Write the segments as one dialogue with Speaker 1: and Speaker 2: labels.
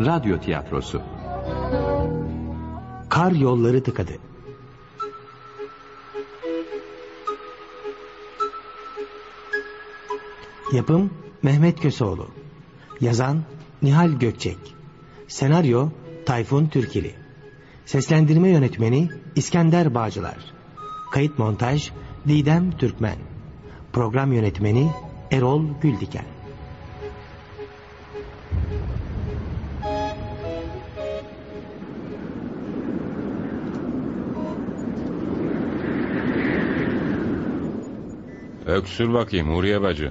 Speaker 1: Radyo tiyatrosu.
Speaker 2: Kar yolları tıkadı. Yapım Mehmet Köseoğlu. Yazan Nihal Gökçek. Senaryo Tayfun Türkili. Seslendirme yönetmeni İskender Bağcılar. Kayıt montaj Didem Türkmen. Program yönetmeni Erol Güldiken.
Speaker 3: Öksür bakayım Huriye bacı.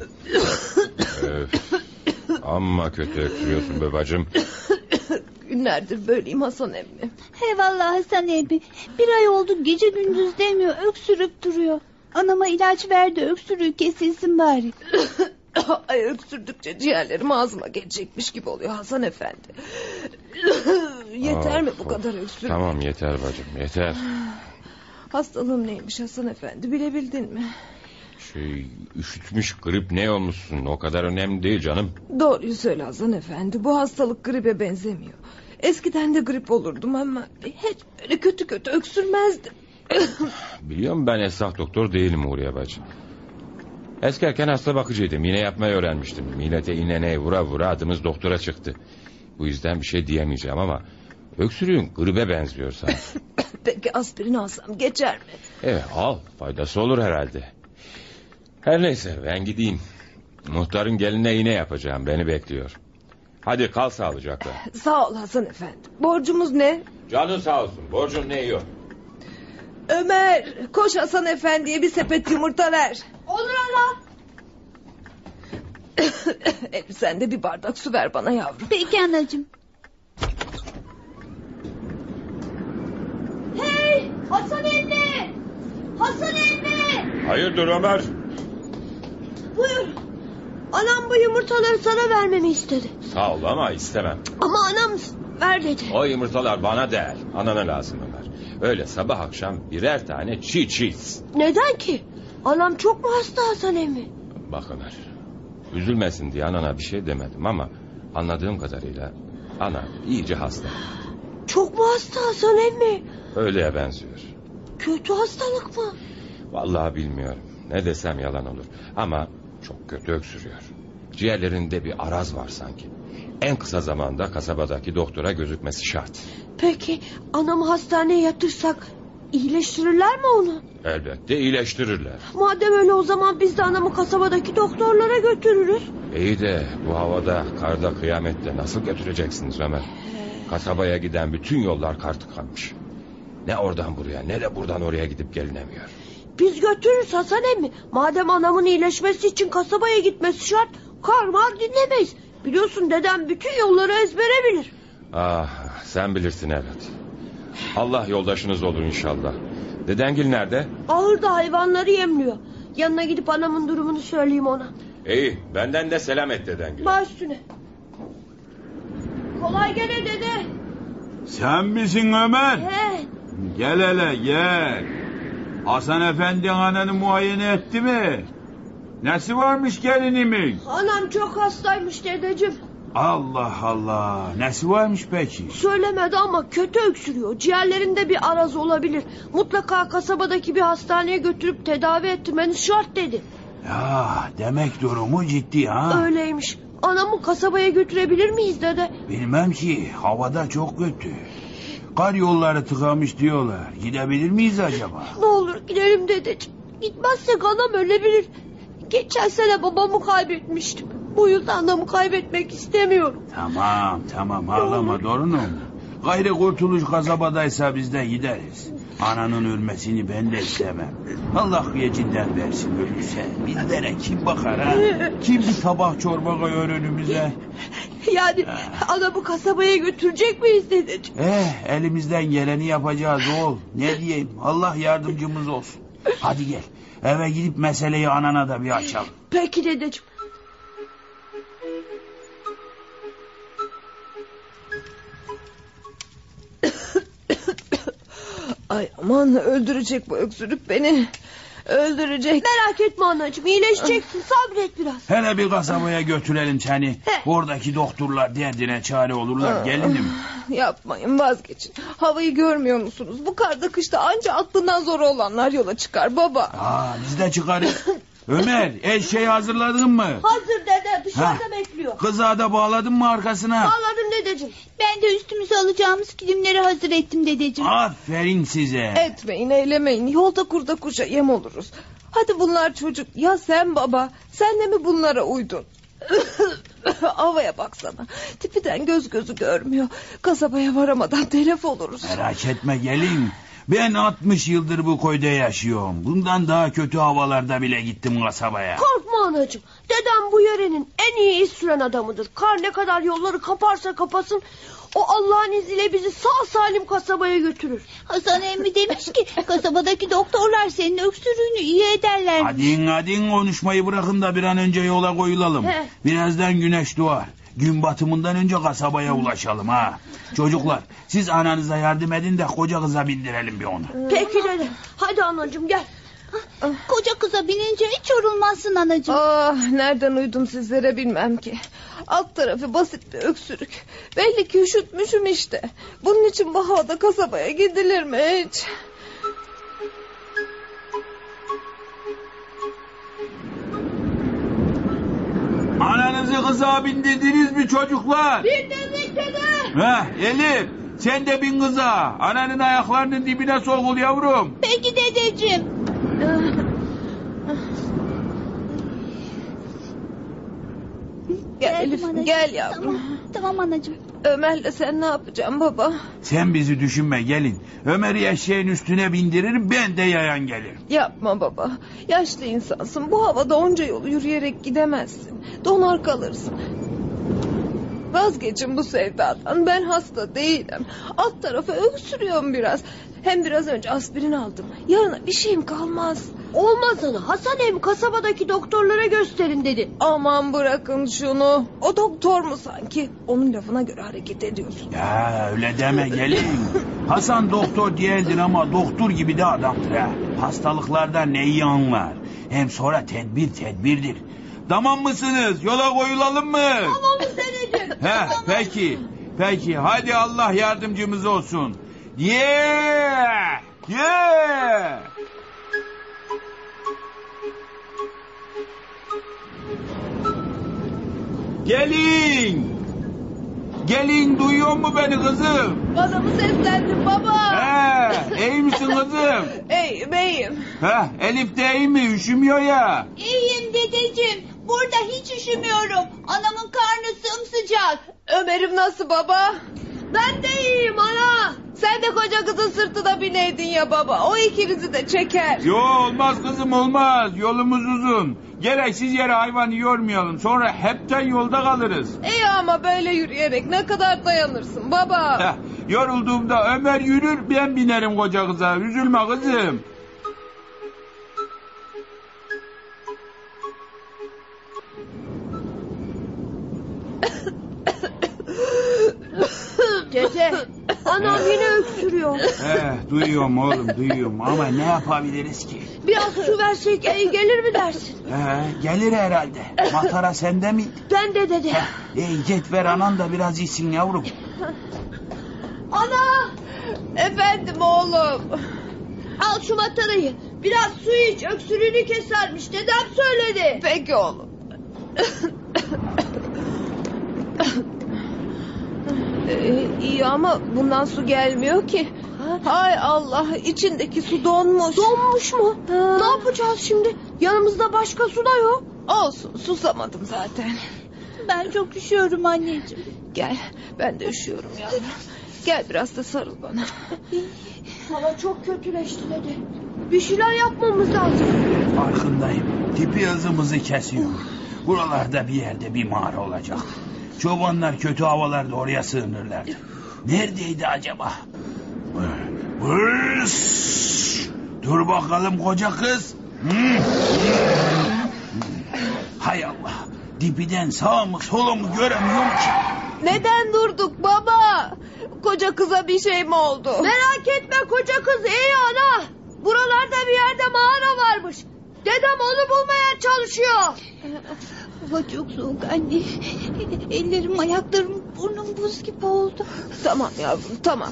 Speaker 3: Öf. Amma kötü öksürüyorsun be bacım.
Speaker 4: Günlerdir böyleyim Hasan emmi.
Speaker 5: Hey vallahi Hasan abi. Bir ay oldu gece gündüz demiyor. Öksürüp duruyor. Anama ilaç verdi öksürüğü kesilsin bari.
Speaker 4: Ay öksürdükçe ciğerlerim ağzıma gelecekmiş gibi oluyor Hasan efendi. Yeter mi
Speaker 3: Of,
Speaker 4: bu
Speaker 3: of.
Speaker 4: kadar öksürük?
Speaker 3: Tamam yeter bacım yeter.
Speaker 4: Hastalığım neymiş Hasan efendi bilebildin mi?
Speaker 3: Şey üşütmüş grip ne olmuşsun o kadar önemli değil canım.
Speaker 4: Doğruyu söyle Hasan efendi bu hastalık gribe benzemiyor. Eskiden de grip olurdum ama hiç böyle kötü kötü öksürmezdim.
Speaker 3: Biliyorum ben esnaf doktor değilim Huriye bacı. Eskerken hasta bakıcıydım. Yine yapmayı öğrenmiştim. Millete ineneye vura vura adımız doktora çıktı. Bu yüzden bir şey diyemeyeceğim ama... ...öksürüğün gribe benziyor sanki.
Speaker 4: Peki aspirin alsam geçer mi?
Speaker 3: E al faydası olur herhalde. Her neyse ben gideyim. Muhtarın geline iğne yapacağım beni bekliyor. Hadi kal sağlıcakla.
Speaker 4: Sağ ol Hasan efendi. Borcumuz ne?
Speaker 3: Canın sağ olsun borcun ne yok.
Speaker 4: Ömer koş Hasan efendiye bir sepet yumurta ver.
Speaker 5: Olur ana.
Speaker 4: Elif, sen de bir bardak su ver bana yavrum.
Speaker 5: Peki anacığım. Hey Hasan emmi. Hasan emmi.
Speaker 3: Hayırdır Ömer?
Speaker 5: Buyur. Anam bu yumurtaları sana vermemi istedi.
Speaker 3: Sağ ol ama istemem.
Speaker 5: Ama anam ver dedi.
Speaker 3: O yumurtalar bana değer. Anana lazım Ömer. Öyle sabah akşam birer tane çiğ çiğ.
Speaker 5: Neden ki? Anam çok mu hasta Hasan emmi?
Speaker 3: Bak Ömer. Üzülmesin diye anana bir şey demedim ama... ...anladığım kadarıyla... ...ana iyice hasta.
Speaker 5: Çok mu hasta Hasan emmi?
Speaker 3: Öyleye benziyor.
Speaker 5: Kötü hastalık mı?
Speaker 3: Vallahi bilmiyorum. Ne desem yalan olur. Ama çok kötü öksürüyor. Ciğerlerinde bir araz var sanki. En kısa zamanda kasabadaki doktora gözükmesi şart.
Speaker 5: Peki anamı hastaneye yatırsak iyileştirirler mi onu?
Speaker 3: Elbette iyileştirirler.
Speaker 5: Madem öyle o zaman biz de anamı kasabadaki doktorlara götürürüz.
Speaker 3: İyi de bu havada, karda, kıyamette nasıl götüreceksiniz Ömer? Kasabaya giden bütün yollar kar tıkanmış. Ne oradan buraya ne de buradan oraya gidip gelinemiyor.
Speaker 5: Biz götürürüz Hasan emmi. Madem anamın iyileşmesi için kasabaya gitmesi şart karman dinlemeyiz. Biliyorsun dedem bütün yolları ezbere bilir.
Speaker 3: Ah sen bilirsin evet. Allah yoldaşınız olur inşallah. Dedengil nerede?
Speaker 5: Ahırda hayvanları yemliyor. Yanına gidip anamın durumunu söyleyeyim ona.
Speaker 3: İyi benden de selam et dedengile.
Speaker 5: Baş üstüne. Kolay gele dede.
Speaker 6: Sen misin Ömer?
Speaker 5: He,
Speaker 6: Gel hele gel. Hasan Efendi ananı muayene etti mi? Nesi varmış gelinimin?
Speaker 5: anam çok hastaymış dedeciğim.
Speaker 6: Allah Allah. Nesi varmış peki?
Speaker 5: Söylemedi ama kötü öksürüyor. Ciğerlerinde bir araz olabilir. Mutlaka kasabadaki bir hastaneye götürüp tedavi ettirmeniz şart dedi.
Speaker 6: Ya Ah, demek durumu ciddi ha.
Speaker 5: Öyleymiş. Anamı kasabaya götürebilir miyiz dede?
Speaker 6: Bilmem ki havada çok kötü. Kar yolları tıkamış diyorlar. Gidebilir miyiz acaba?
Speaker 5: Ne olur gidelim dedeciğim. Gitmezsek anam ölebilir. Geçen sene babamı kaybetmiştim. Bu yıl da anamı kaybetmek istemiyorum.
Speaker 6: Tamam tamam ağlama torunum. Gayrı kurtuluş kasabadaysa biz de gideriz. Ananın ölmesini ben de istemem. Allah gecinden versin ölürse. Bizlere kim bakar ha? Kim bir tabak çorba koyar önümüze?
Speaker 5: Yani anamı kasabaya götürecek miyiz dedeciğim?
Speaker 6: Eh elimizden geleni yapacağız oğul. Ne diyeyim Allah yardımcımız olsun. Hadi gel eve gidip meseleyi anana da bir açalım.
Speaker 5: Peki dedeciğim.
Speaker 4: Ay aman öldürecek bu öksürük beni. Öldürecek.
Speaker 5: Merak etme anacığım iyileşeceksin sabret biraz.
Speaker 6: Hele bir kasabaya götürelim seni.
Speaker 5: He.
Speaker 6: Oradaki doktorlar derdine çare olurlar gelinim.
Speaker 4: Yapmayın vazgeçin. Havayı görmüyor musunuz? Bu karda kışta anca aklından zor olanlar yola çıkar baba.
Speaker 6: Aa biz de çıkarız. Ömer eşeği hazırladın mı?
Speaker 5: Hazır dede dışarıda
Speaker 6: Ha.
Speaker 5: bekliyor.
Speaker 6: Kızağı da bağladın mı arkasına?
Speaker 5: Ağladım dedeciğim.
Speaker 1: Ben de üstümüze alacağımız kilimleri hazır ettim dedeciğim.
Speaker 6: Aferin size.
Speaker 4: Etmeyin eylemeyin. Yolda kurda kuşa yem oluruz. Hadi bunlar çocuk. Ya sen baba? Sen de mi bunlara uydun? Havaya baksana. Tipiden göz gözü görmüyor. Kasabaya varamadan telef oluruz.
Speaker 6: Merak etme gelin. Ben 60 yıldır bu köyde yaşıyorum. Bundan daha kötü havalarda bile gittim kasabaya.
Speaker 5: Korkma anacığım. Dedem bu yörenin en iyi iş süren adamıdır. Kar ne kadar yolları kaparsa kapasın o Allah'ın izniyle bizi sağ salim kasabaya götürür.
Speaker 1: Hasan emmi demiş ki kasabadaki doktorlar senin öksürüğünü iyi ederler.
Speaker 6: Hadi hadi konuşmayı bırakın da bir an önce yola koyulalım.
Speaker 5: He.
Speaker 6: Birazdan güneş doğar. Gün batımından önce kasabaya ulaşalım ha. Çocuklar siz ananıza yardım edin de koca kıza bindirelim bir onu.
Speaker 5: Peki dede. Hadi anacığım gel.
Speaker 1: Koca kıza binince hiç yorulmazsın anacığım.
Speaker 4: Ah nereden uydum sizlere bilmem ki. Alt tarafı basit bir öksürük. Belli ki üşütmüşüm işte. Bunun için bu havada kasabaya gidilir mi hiç?
Speaker 6: Ananızı kıza bindirdiniz mi çocuklar?
Speaker 5: Dinledik dede.
Speaker 6: Heh Elif sen de bin kıza. Ananın ayaklarının dibine sokul yavrum.
Speaker 1: Peki dedeciğim.
Speaker 4: Gel
Speaker 1: Geldim
Speaker 4: Elif
Speaker 1: anacığım.
Speaker 4: gel yavrum.
Speaker 1: Tamam, tamam anacığım.
Speaker 4: Ömer'le sen ne yapacaksın baba?
Speaker 6: Sen bizi düşünme gelin. Ömer'i eşeğin üstüne bindiririm ben de yayan gelirim.
Speaker 4: Yapma baba. Yaşlı insansın. Bu havada onca yolu yürüyerek gidemezsin. Donar kalırsın. Vazgeçin bu sevdadan. Ben hasta değilim. Alt tarafı öksürüyorum biraz. Hem biraz önce aspirin aldım. Yarına bir şeyim kalmaz.
Speaker 5: Olmaz ana. Hasan em kasabadaki doktorlara gösterin dedi.
Speaker 4: Aman bırakın şunu. O doktor mu sanki? Onun lafına göre hareket ediyorsun.
Speaker 6: Ya öyle deme gelin. Hasan doktor değildir ama doktor gibi de adamdır ha. Hastalıklardan neyi anlar. Hem sonra tedbir tedbirdir. Tamam mısınız? Yola koyulalım mı? He peki. Peki hadi Allah yardımcımız olsun. Yeah! Yeah! Gelin! Gelin duyuyor mu beni kızım?
Speaker 4: Bana mı seslendin baba?
Speaker 6: He, iyi misin kızım?
Speaker 4: Ey beyim.
Speaker 6: He, Elif de iyi mi? Üşümüyor ya.
Speaker 1: İyiyim dedeciğim. Burada hiç üşümüyorum. Anamın karnı sımsıcak.
Speaker 4: Ömer'im nasıl baba? Ben de iyiyim ana. Sen de koca kızın sırtına bineydin ya baba. O ikinizi de çeker.
Speaker 6: Yo olmaz kızım olmaz. Yolumuz uzun. Gereksiz yere hayvanı yormayalım. Sonra hepten yolda kalırız.
Speaker 4: İyi ama böyle yürüyerek ne kadar dayanırsın baba?
Speaker 6: Heh, yorulduğumda Ömer yürür ben binerim koca kıza. Üzülme kızım.
Speaker 5: Dede. Anam yine öksürüyor.
Speaker 6: He, duyuyorum oğlum duyuyorum. Ama ne yapabiliriz ki?
Speaker 5: Biraz su versek iyi gelir mi dersin?
Speaker 6: He, gelir herhalde. Matara sende mi?
Speaker 5: Ben de dede.
Speaker 6: Ey git ver anan da biraz içsin yavrum.
Speaker 5: Ana.
Speaker 4: Efendim oğlum.
Speaker 5: Al şu matarayı. Biraz su iç öksürüğünü kesermiş. Dedem söyledi.
Speaker 4: Peki oğlum.
Speaker 5: Ee,
Speaker 4: iyi ama bundan su gelmiyor ki. Hay Allah içindeki su donmuş.
Speaker 5: Donmuş mu? Ne yapacağız şimdi? Yanımızda başka su da yok.
Speaker 4: Olsun susamadım zaten.
Speaker 1: Ben çok üşüyorum anneciğim.
Speaker 4: Gel ben de üşüyorum yavrum. Gel biraz da sarıl bana.
Speaker 5: Hava çok kötüleşti dedi. Bir şeyler yapmamız lazım.
Speaker 6: Farkındayım. Tipi hızımızı kesiyor. Buralarda bir yerde bir mağara olacak. Çobanlar kötü havalarda oraya sığınırlar. Neredeydi acaba? Hırs! Dur bakalım koca kız. Hay Allah. Dipiden sağ mı sola mı göremiyorum ki.
Speaker 4: Neden durduk baba? Koca kıza bir şey mi oldu?
Speaker 5: Merak etme koca kız iyi ana. Buralarda bir yerde mağara varmış. Dedem onu bulmaya çalışıyor.
Speaker 1: Hava çok soğuk anne. Ellerim, ayaklarım, burnum buz gibi oldu.
Speaker 4: Tamam yavrum tamam.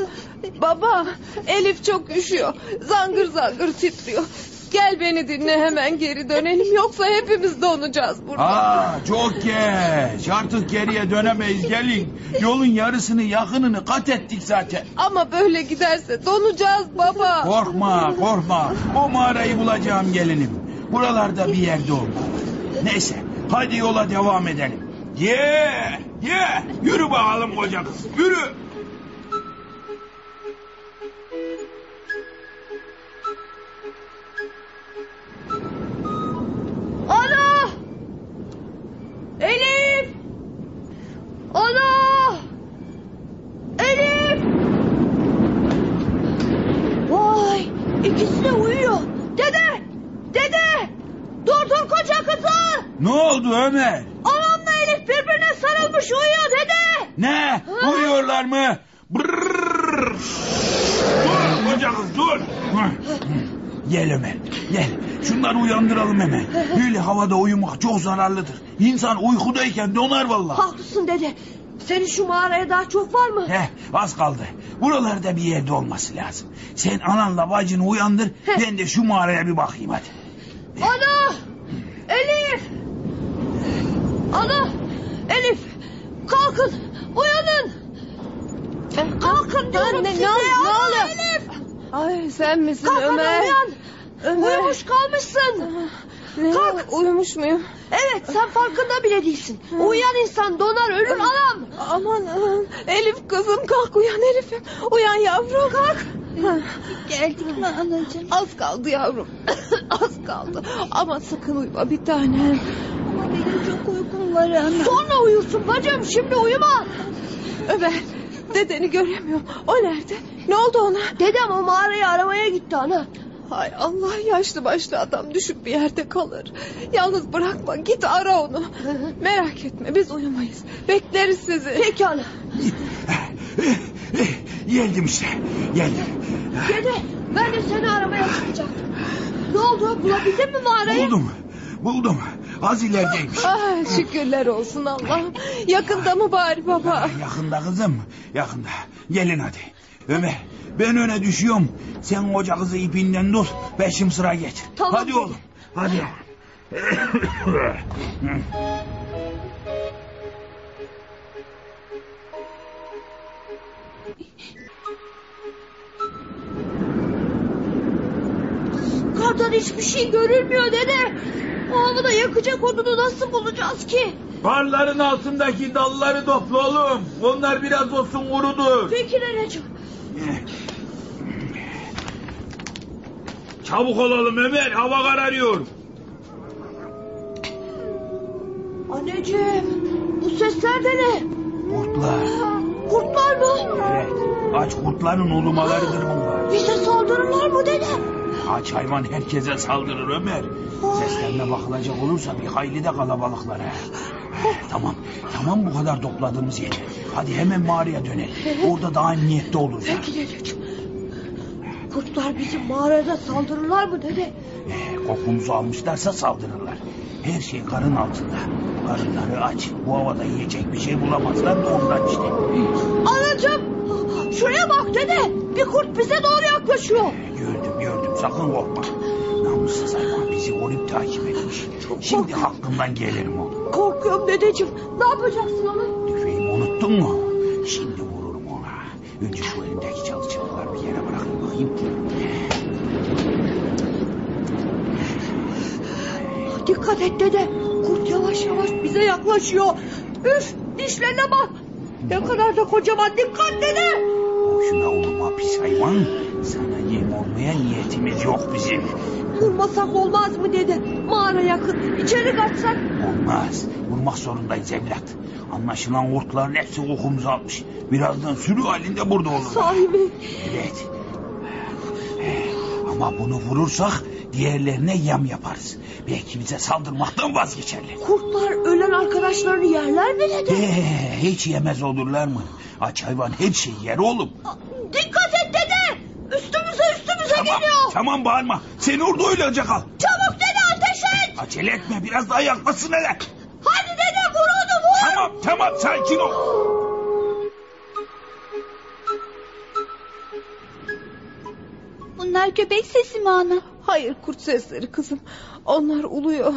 Speaker 4: Baba Elif çok üşüyor. Zangır zangır titriyor. Gel beni dinle hemen geri dönelim yoksa hepimiz donacağız burada.
Speaker 6: Aa çok geç. Artık geriye dönemeyiz gelin. Yolun yarısını yakınını kat ettik zaten.
Speaker 4: Ama böyle giderse donacağız baba.
Speaker 6: Korkma korkma. O mağarayı bulacağım gelinim. Buralarda bir yerde olmalı. Neyse hadi yola devam edelim. Ye ye yürü bakalım koca kız yürü.
Speaker 5: Ana! Elif! Ana! Elif! Vay! İkisi de uyuyor. Dede! Dede! Dur dur koca kızı!
Speaker 6: Ne oldu Ömer?
Speaker 5: Anamla Elif birbirine sarılmış uyuyor dede!
Speaker 6: Ne? Uyuyorlar mı? Brrrr. Dur koca kız dur. Gel Ömer gel. Şunları uyandıralım hemen. Böyle havada uyumak çok zararlıdır. İnsan uykudayken donar vallahi.
Speaker 5: Haklısın dede. Senin şu mağaraya daha çok var mı?
Speaker 6: Heh az kaldı. Buralarda bir yerde olması lazım. Sen ananla bacını uyandır. Ben de şu mağaraya bir bakayım hadi.
Speaker 5: Ana! Elif! Ana! Elif! Kalkın! Uyanın! Kalkın diyorum
Speaker 4: Anne, ne
Speaker 5: size!
Speaker 4: ol- ne
Speaker 5: Ana
Speaker 4: oluyor?
Speaker 5: Elif!
Speaker 4: Ay sen misin
Speaker 5: Kalk ana,
Speaker 4: Ömer?
Speaker 5: uyan!
Speaker 4: Ömer.
Speaker 5: Uyumuş kalmışsın!
Speaker 4: Kalk. Uyumuş muyum?
Speaker 5: Evet sen farkında bile değilsin. Uyuyan insan donar ölür anam!
Speaker 4: Aman aman. Elif kızım kalk uyan Elif'im. Uyan yavrum. Kalk.
Speaker 1: Geldik mi anacığım?
Speaker 4: Az kaldı yavrum. Az kaldı. Ama sakın uyuma bir tanem.
Speaker 1: Ama benim çok uykum var ana.
Speaker 5: Sonra uyursun bacım şimdi uyuma!
Speaker 4: Ömer dedeni göremiyorum. O nerede? Ne oldu ona?
Speaker 5: Dedem o mağarayı aramaya gitti ana.
Speaker 4: Hay Allah yaşlı başlı adam düşüp bir yerde kalır. Yalnız bırakma git ara onu. Merak etme biz uyumayız. Bekleriz sizi.
Speaker 5: Peki ana.
Speaker 6: Geldim işte geldim.
Speaker 5: Dede ben de seni aramaya çıkacaktım. Ne oldu bulabildin mi mağarayı?
Speaker 6: Buldum buldum. Az ilerideymiş.
Speaker 4: Ah, şükürler olsun Allah'ım. Yakında mı bari baba?
Speaker 6: Yakında kızım yakında. Gelin hadi. Ömer ben öne düşüyorum. Sen koca kızı ipinden tut. Beşim sıra geç.
Speaker 5: Tamam.
Speaker 6: hadi oğlum hadi yavrum.
Speaker 5: Kardan hiçbir şey görülmüyor dede. O havada yakacak odunu nasıl bulacağız ki?
Speaker 6: Barların altındaki dalları topla oğlum. Onlar biraz olsun kurudur.
Speaker 5: Peki dedeciğim.
Speaker 6: Çabuk olalım Ömer hava kararıyor.
Speaker 5: Anneciğim bu sesler de ne?
Speaker 6: Kurtlar.
Speaker 5: Kurtlar mı?
Speaker 6: Evet. Aç kurtların ulumalarıdır bunlar.
Speaker 5: Bize saldırırlar mı dede?
Speaker 6: Aç hayvan herkese saldırır Ömer. Seslerine bakılacak olursa bir hayli de kalabalıklar. ha. Tamam, tamam bu kadar topladığımız yeter. Hadi hemen mağaraya dönelim. Orada daha emniyette oluruz.
Speaker 5: Peki dedeciğim. Kurtlar bizim mağarada saldırırlar mı dede?
Speaker 6: Ee, kokumuzu almışlarsa saldırırlar. Her şey karın altında. Karınları aç. Bu havada yiyecek bir şey bulamazlar da ondan işte.
Speaker 5: Anacığım şuraya bak dede. Bir kurt bize doğru yaklaşıyor.
Speaker 6: Gördüm gördüm sakın korkma. Namussuz hayvan bizi korup takip etmiş. Şimdi hakkından gelirim oğlum.
Speaker 5: Korkuyorum dedeciğim. Ne yapacaksın onu?
Speaker 6: Tüfeğimi unuttun mu? Şimdi vururum ona. Önce şu elimdeki çalışmalar bir yere bırakayım bakayım.
Speaker 5: Dikkat et dede. Kurt yavaş yavaş bize yaklaşıyor. Üf dişlerine bak. Ne kadar da kocaman. Dikkat dede.
Speaker 6: Boşuna olma pis hayvan. Sana yem olmaya niyetimiz yok bizim.
Speaker 5: Vurmasak olmaz mı dede? Mağara yakın. İçeri kaçsak.
Speaker 6: Olmaz. Vurmak zorundayız evlat. Anlaşılan kurtların hepsi kokumuzu almış. Birazdan sürü halinde burada olurlar.
Speaker 5: Sahibi.
Speaker 6: Evet. Ee, Ama bunu vurursak diğerlerine yem yaparız. Belki bize saldırmaktan vazgeçerler.
Speaker 5: Kurtlar ölen arkadaşlarını yerler mi dede?
Speaker 6: Ee, hiç yemez olurlar mı? Aç hayvan her şeyi yer oğlum.
Speaker 5: Dikkat et dede. Üstümüze üstümüze
Speaker 6: Tamam,
Speaker 5: geliyor.
Speaker 6: Tamam bağırma. Seni orada öylece kal.
Speaker 1: Çabuk dede ateş et.
Speaker 6: Acele etme biraz daha yaklaşsın hele.
Speaker 1: Hadi dede vur onu vur.
Speaker 6: Tamam tamam sakin ol.
Speaker 1: Bunlar köpek sesi mi ana?
Speaker 4: Hayır kurt sesleri kızım. Onlar uluyor.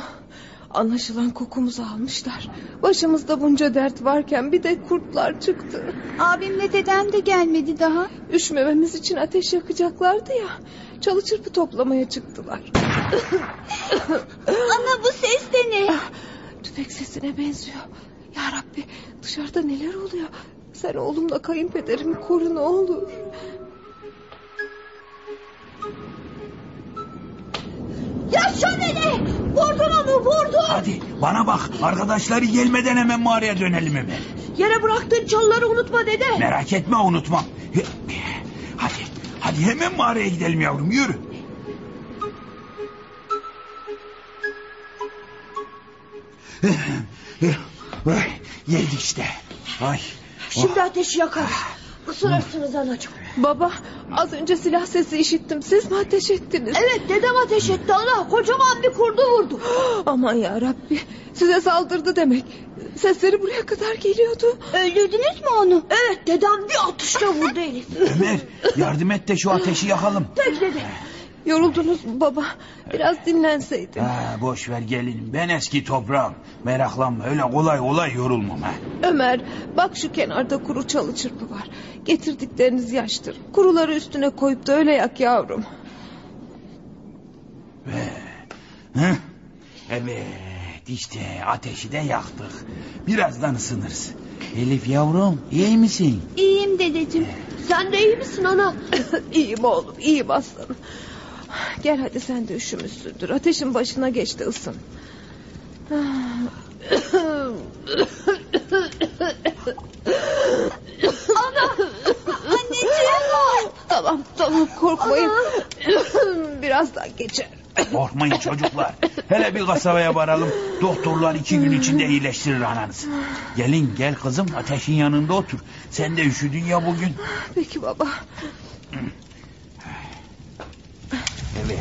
Speaker 4: Anlaşılan kokumuzu almışlar. Başımızda bunca dert varken bir de kurtlar çıktı.
Speaker 1: Abimle dedem de gelmedi daha.
Speaker 4: Üşmememiz için ateş yakacaklardı ya. Çalı çırpı toplamaya çıktılar.
Speaker 1: Ana bu ses de ne?
Speaker 4: Tüfek sesine benziyor. Ya Rabbi dışarıda neler oluyor? Sen oğlumla kayınpederimi koru ne olur.
Speaker 1: Yaşa dede. Vurdun onu vurdun.
Speaker 6: Hadi bana bak arkadaşları gelmeden hemen mağaraya dönelim hemen.
Speaker 5: Yere bıraktığın çalıları unutma dede.
Speaker 6: Merak etme unutmam. Hadi hadi hemen mağaraya gidelim yavrum yürü. Geldik işte. Ay.
Speaker 5: Şimdi ateşi yakarız. Isırırsınız anacığım.
Speaker 4: Baba az önce silah sesi işittim. Siz mi ateş ettiniz?
Speaker 5: Evet dedem ateş etti ana. Kocaman bir kurdu vurdu.
Speaker 4: Aman ya Rabbi size saldırdı demek. Sesleri buraya kadar geliyordu.
Speaker 1: Öldürdünüz mü onu?
Speaker 5: Evet dedem bir atışla vurdu Elif.
Speaker 6: Ömer yardım et de şu ateşi yakalım.
Speaker 5: Peki dede.
Speaker 4: Yoruldunuz mu baba? Biraz dinlenseydin.
Speaker 6: Ha, boş ver gelinim ben eski toprağım. Meraklanma öyle kolay kolay yorulmam. Ha.
Speaker 4: Ömer bak şu kenarda kuru çalı çırpı var. Getirdikleriniz yaştır. Kuruları üstüne koyup da öyle yak yavrum.
Speaker 6: Hı? Evet işte ateşi de yaktık. Birazdan ısınırız. Elif yavrum iyi misin?
Speaker 1: İyiyim dedeciğim.
Speaker 5: Sen de iyi misin ana?
Speaker 4: iyiyim oğlum iyiyim aslanım. Gel hadi sen de üşümüşsündür. Ateşin başına geç de ısın.
Speaker 1: Anneciğim.
Speaker 4: Tamam tamam korkmayın. Birazdan geçer.
Speaker 6: Korkmayın çocuklar. Hele bir kasabaya varalım. Doktorlar iki gün içinde iyileştirir ananızı. Gelin gel kızım ateşin yanında otur. Sen de üşüdün ya bugün.
Speaker 4: Peki baba.
Speaker 6: Evet.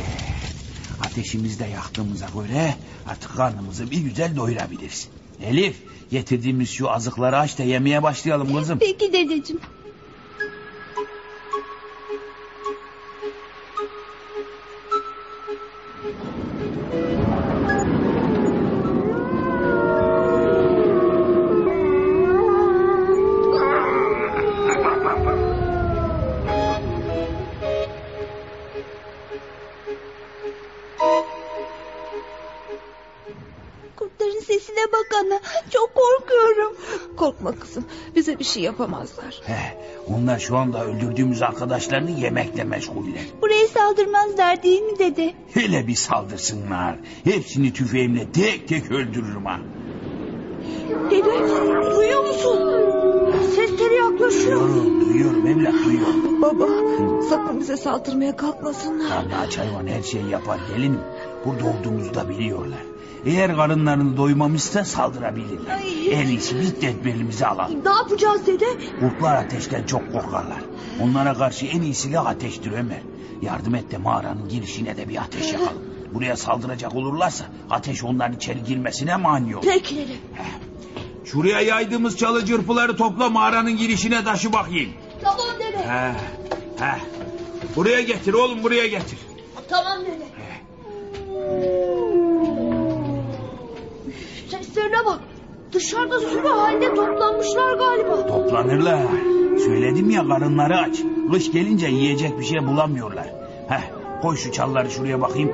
Speaker 6: Ateşimizi de yaktığımıza göre artık karnımızı bir güzel doyurabiliriz. Elif getirdiğimiz şu azıkları aç da yemeye başlayalım kızım.
Speaker 1: Peki dedeciğim. Kurtların sesine bak ana. Çok korkuyorum.
Speaker 4: Korkma kızım. Bize bir şey yapamazlar.
Speaker 6: He, onlar şu anda öldürdüğümüz arkadaşlarını yemekle meşguller.
Speaker 1: Buraya saldırmazlar değil mi dede?
Speaker 6: Hele bir saldırsınlar. Hepsini tüfeğimle tek tek öldürürüm ha.
Speaker 5: Dede duyuyor musun? Sesleri yaklaşıyor.
Speaker 6: Duyuyorum, duyuyorum evlat duyuyorum.
Speaker 4: Baba sakın bize saldırmaya kalkmasınlar.
Speaker 6: Karnı aç hayvan her şeyi yapar gelinim. Burada olduğumuzu da biliyorlar. Eğer karınlarını doymamışsa saldırabilirler. En iyisi biz tedbirimizi alalım.
Speaker 5: Ne yapacağız dede?
Speaker 6: Kurtlar ateşten çok korkarlar. Onlara karşı en iyi silah ateştir Ömer. Yardım et de mağaranın girişine de bir ateş yakalım. Buraya saldıracak olurlarsa ateş onların içeri girmesine mani olur.
Speaker 5: Peki dede.
Speaker 6: Şuraya yaydığımız çalı cırpıları topla mağaranın girişine taşı bakayım.
Speaker 5: Tamam dede.
Speaker 6: He, he. Buraya getir oğlum buraya getir.
Speaker 5: Tamam dede. Üf, Seslerine bak. Dışarıda sürü halde toplanmışlar galiba.
Speaker 6: Toplanırlar. Söyledim ya karınları aç. Kış gelince yiyecek bir şey bulamıyorlar. Heh, koy şu çalları şuraya bakayım.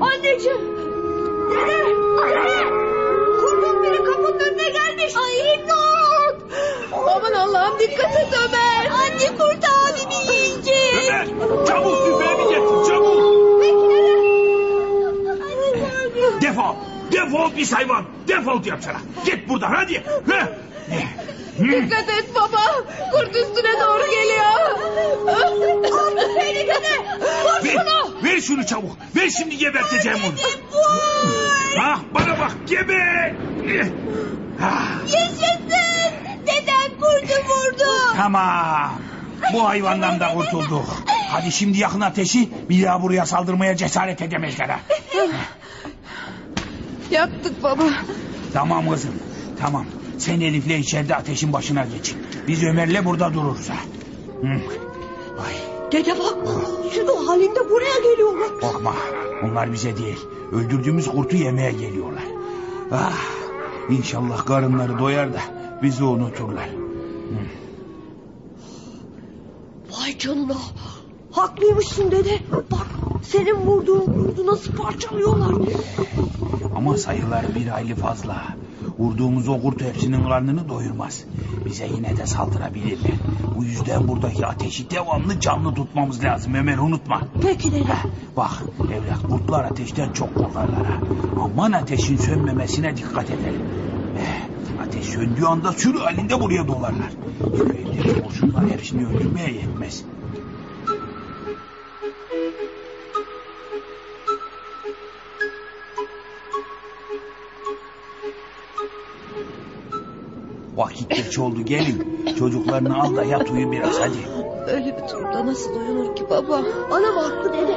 Speaker 5: Anneciğim. Dede. Dede. Kurdun biri kapının önüne gelmiş. Ay imdat.
Speaker 4: Aman Allah'ım dikkat et Ömer. Anne kurt abimi yiyecek.
Speaker 6: Ömer, çabuk tüfeğimi getir, çabuk. Defol, defol pis hayvan. Defol diyorum sana. Git buradan hadi. Heh.
Speaker 4: Dikkat et baba. Kurt üstüne doğru geliyor.
Speaker 6: Ver, ver şunu çabuk. Ver şimdi geberteceğim onu. Ha, bana bak Ah. geber. Ha.
Speaker 1: Yaşasın! Dedem kurdu vurdu.
Speaker 6: Tamam. Bu hayvandan da kurtulduk. Hadi şimdi yakın ateşi bir daha buraya saldırmaya cesaret edemezler ha.
Speaker 4: Yaktık baba.
Speaker 6: Tamam kızım tamam. Sen Elif'le içeride ateşin başına geç. Biz Ömer'le burada dururuz ha. Hı. Ay
Speaker 5: Dede bakma. Sürü halinde buraya geliyorlar.
Speaker 6: korkma onlar bize değil. Öldürdüğümüz kurtu yemeye geliyorlar. Ah inşallah karınları doyar da bizi unuturlar.
Speaker 5: Vay canına. Haklıymışsın dede. Bak senin vurduğun kurdu nasıl parçalıyorlar.
Speaker 6: Ama sayılar bir hayli fazla. Vurduğumuz o kurt hepsinin karnını doyurmaz. Bize yine de saldırabilirler. Bu yüzden buradaki ateşi devamlı canlı tutmamız lazım Ömer unutma.
Speaker 5: Peki dede.
Speaker 6: Heh, bak evlat kurtlar ateşten çok korkarlar ha. Aman ateşin sönmemesine dikkat edelim. Eh, ateş söndüğü anda sürü halinde buraya dolarlar. Sürü elleri kurşunlar hepsini öldürmeye yetmez. Vakit geç oldu gelin. Çocuklarını al da yat uyu biraz hadi.
Speaker 4: Öyle bir durumda nasıl uyunur ki baba?
Speaker 5: Anam haklı dede.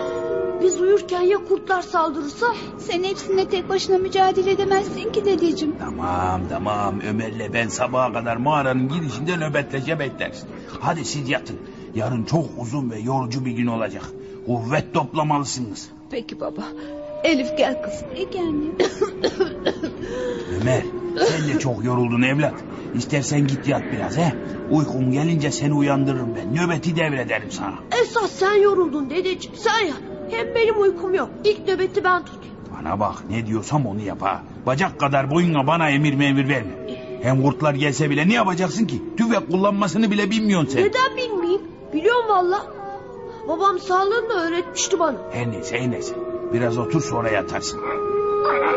Speaker 5: Biz uyurken ya kurtlar saldırırsa?
Speaker 1: Sen hepsine tek başına mücadele edemezsin ki dedeciğim.
Speaker 6: Tamam tamam Ömer'le ben sabaha kadar mağaranın girişinde nöbetleşe bekleriz. Hadi siz yatın. Yarın çok uzun ve yorucu bir gün olacak. Kuvvet toplamalısınız.
Speaker 4: Peki baba. Elif gel kızım.
Speaker 1: Peki anne.
Speaker 6: Ömer sen de çok yoruldun evlat. İstersen git yat biraz he. Uykun gelince seni uyandırırım ben. Nöbeti devrederim sana.
Speaker 5: Esas sen yoruldun dedeciğim. Sen yat. Hem benim uykum yok. İlk nöbeti ben tutayım.
Speaker 6: Bana bak ne diyorsam onu yap ha. Bacak kadar boyunla bana emir memir verme. Hem kurtlar gelse bile ne yapacaksın ki? Tüfek kullanmasını bile bilmiyorsun sen.
Speaker 5: Neden bilmeyeyim? Biliyorum valla. Babam sağlığında öğretmişti bana.
Speaker 6: Her neyse her neyse. Biraz otur sonra yatarsın. Bak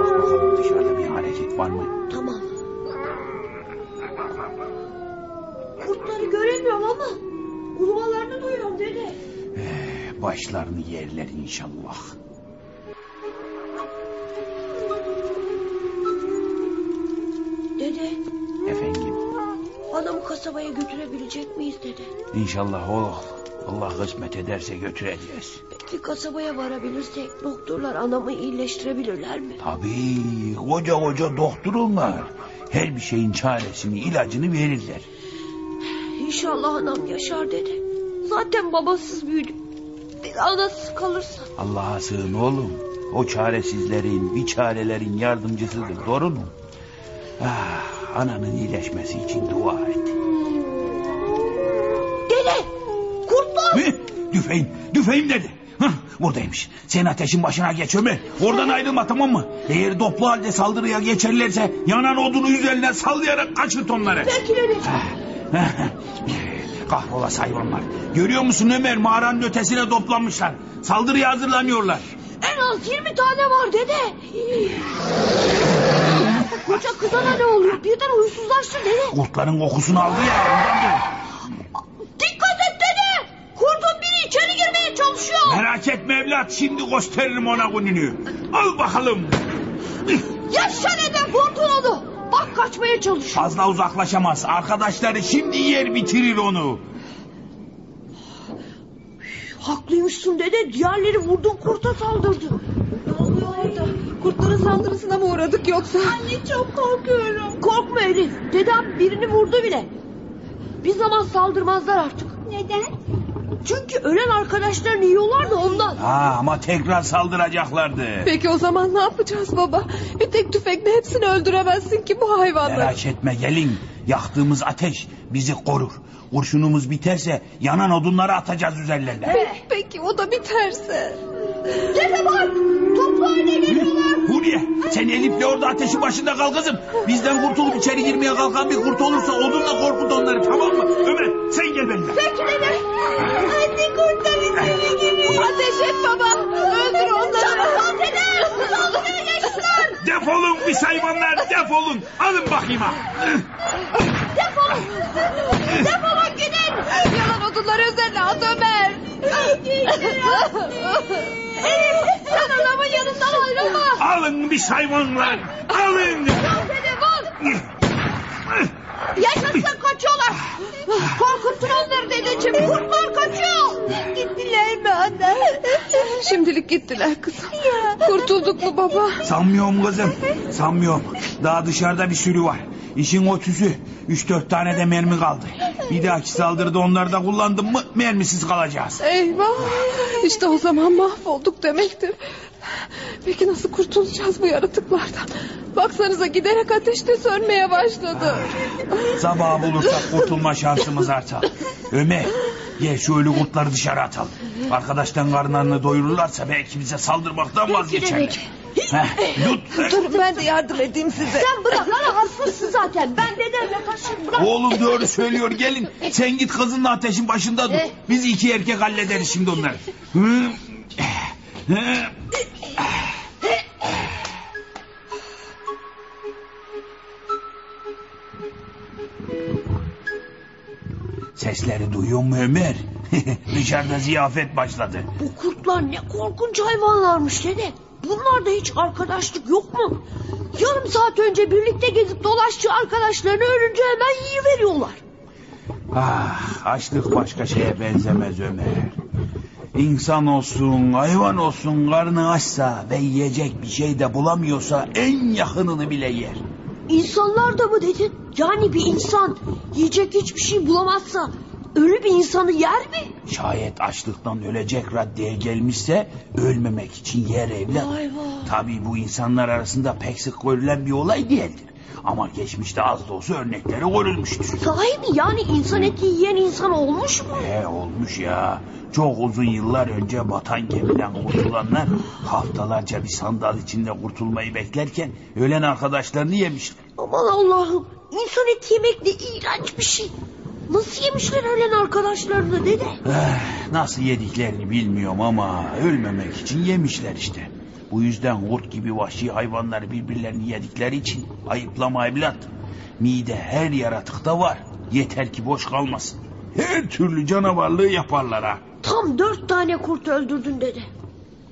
Speaker 6: bakalım dışarıda bir hareket var mı?
Speaker 5: Tamam. Kurtları göremiyorum ama ulumalarını duyuyorum dede.
Speaker 6: Eh, Başlarını yerler inşallah.
Speaker 5: Dede,
Speaker 6: Efendim
Speaker 5: adamı kasabaya götürebilecek miyiz dede?
Speaker 6: inşallah oh. Allah kısmet ederse götüreceğiz.
Speaker 5: Peki kasabaya varabilirsek doktorlar anamı iyileştirebilirler mi?
Speaker 6: Tabii koca koca doktor onlar. Her bir şeyin çaresini ilacını verirler.
Speaker 5: İnşallah anam yaşar dede. Zaten babasız büyüdüm. Bir anasız kalırsa.
Speaker 6: Allah'a sığın oğlum. O çaresizlerin, biçarelerin yardımcısıdır. Doğru mu? Ah, ananın iyileşmesi için dua et.
Speaker 5: Dede, kurtlar!
Speaker 6: Ne? Düfeğim, düfeğim dedi. Hah, buradaymış. Sen ateşin başına geç Ömer. Oradan ayrılma tamam mı? Eğer toplu halde saldırıya geçerlerse yanan odunu üzerine sallayarak kaçırt onları.
Speaker 5: Peki dede.
Speaker 6: Kahrolası hayvanlar. Görüyor musun Ömer mağaranın ötesine toplanmışlar. Saldırıya hazırlanıyorlar.
Speaker 5: En az 20 tane var dede. Koca kızana ne oluyor? Birden huysuzlaştı dede.
Speaker 6: Kurtların kokusunu aldı ya. ondandır.
Speaker 5: Dikkat et dede. Kurdun biri içeri girmeye çalışıyor.
Speaker 6: Merak etme evlat şimdi gösteririm ona gününü. Al bakalım.
Speaker 5: Yaşa dede kurdun onu. Bak kaçmaya çalışıyor.
Speaker 6: Fazla uzaklaşamaz. Arkadaşları şimdi yer bitirir onu.
Speaker 5: Haklıymışsın dede. Diğerleri vurdun kurta saldırdı. Ne oluyor orada?
Speaker 4: Kurtların saldırısına mı uğradık yoksa?
Speaker 5: Anne çok korkuyorum. Korkma Elif. Dedem birini vurdu bile. Bir zaman saldırmazlar artık.
Speaker 1: Neden?
Speaker 5: Çünkü ölen arkadaşlarını yiyorlar da ondan.
Speaker 6: Ha ama tekrar saldıracaklardı.
Speaker 4: Peki o zaman ne yapacağız baba? Bir tek tüfekle hepsini öldüremezsin ki bu hayvanları.
Speaker 6: Merak etme gelin. Yaktığımız ateş bizi korur. Kurşunumuz biterse yanan odunları atacağız üzerlerine.
Speaker 4: Pe- Peki o da biterse.
Speaker 5: Dede bak. Toplar dede.
Speaker 6: Huriye sen Elif'le orada ateşin başında kal kızım. Bizden kurtulup içeri girmeye kalkan bir kurt olursa odunla korkut onları tamam mı? Ömer sen gel benimle.
Speaker 5: Peki dede. Anne kurtlar içeri giriyor.
Speaker 4: Ateş et baba. Öldür onları.
Speaker 5: Çabuk ol dede. Saldırıya geçtiler.
Speaker 6: Defolun biz hayvanlar defolun. Alın bakayım ha.
Speaker 4: Defolun gidin. Yalan odunları üzerine at Ömer.
Speaker 5: Elif sen anamın yanından ayrılma.
Speaker 6: Alın biz hayvanlar. Alın.
Speaker 5: Dede bak. Yaşasın koç kaçıyorlar. Korkuttun onları dedeciğim. Kurtlar kaçıyor.
Speaker 4: Gittiler mi anne? Şimdilik gittiler kızım. Kurtulduk mu baba?
Speaker 6: Sanmıyorum kızım. Sanmıyorum. Daha dışarıda bir sürü var. İşin otüsü. Üç dört tane de mermi kaldı. Bir dahaki saldırıda onları da kullandım mı mermisiz kalacağız.
Speaker 4: Eyvah. İşte o zaman mahvolduk demektir. Peki nasıl kurtulacağız bu yaratıklardan? Baksanıza giderek ateş de sönmeye başladı.
Speaker 6: Sabah bulursak kurtulma şansımız artar. Ömer gel şu ölü kurtları dışarı atalım. Arkadaştan karınlarını doyururlarsa belki bize saldırmaktan vazgeçerler. Heh, Lut.
Speaker 4: Durun ben de yardım edeyim size.
Speaker 5: Sen bırak lan hafızsın zaten. Ben dedemle taşırım. Bırak.
Speaker 6: Oğlum doğru söylüyor gelin. Sen git kızınla ateşin başında dur. Biz iki erkek hallederiz şimdi onları. Hı, Eh. hı. Sesleri duyuyor mu Ömer? Dışarıda ziyafet başladı.
Speaker 5: Bu kurtlar ne korkunç hayvanlarmış dede. Bunlarda hiç arkadaşlık yok mu? Yarım saat önce birlikte gezip dolaşçı arkadaşlarını ölünce hemen yiyiveriyorlar.
Speaker 6: Ah, açlık başka şeye benzemez Ömer. İnsan olsun, hayvan olsun karnı açsa ve yiyecek bir şey de bulamıyorsa en yakınını bile yer.
Speaker 5: İnsanlar da mı dedin? Yani bir insan yiyecek hiçbir şey bulamazsa ölü bir insanı yer mi?
Speaker 6: Şayet açlıktan ölecek raddeye gelmişse ölmemek için yer evlat.
Speaker 5: Vay vay.
Speaker 6: Tabii bu insanlar arasında pek sık görülen bir olay değildir. Ama geçmişte az da olsa örnekleri görülmüştür.
Speaker 5: Sahi mi? Yani insan eti yiyen insan olmuş mu?
Speaker 6: He olmuş ya. Çok uzun yıllar önce batan gemiden kurtulanlar haftalarca bir sandal içinde kurtulmayı beklerken ölen arkadaşlarını yemişler.
Speaker 5: Aman Allah'ım insan eti yemek ne iğrenç bir şey. Nasıl yemişler ölen arkadaşlarını dede?
Speaker 6: Eh, Nasıl yediklerini bilmiyorum ama ölmemek için yemişler işte. Bu yüzden kurt gibi vahşi hayvanlar birbirlerini yedikleri için ayıplama evlat. Mide her yaratıkta var. Yeter ki boş kalmasın. Her türlü canavarlığı yaparlar ha.
Speaker 5: Tam dört tane kurt öldürdün dede.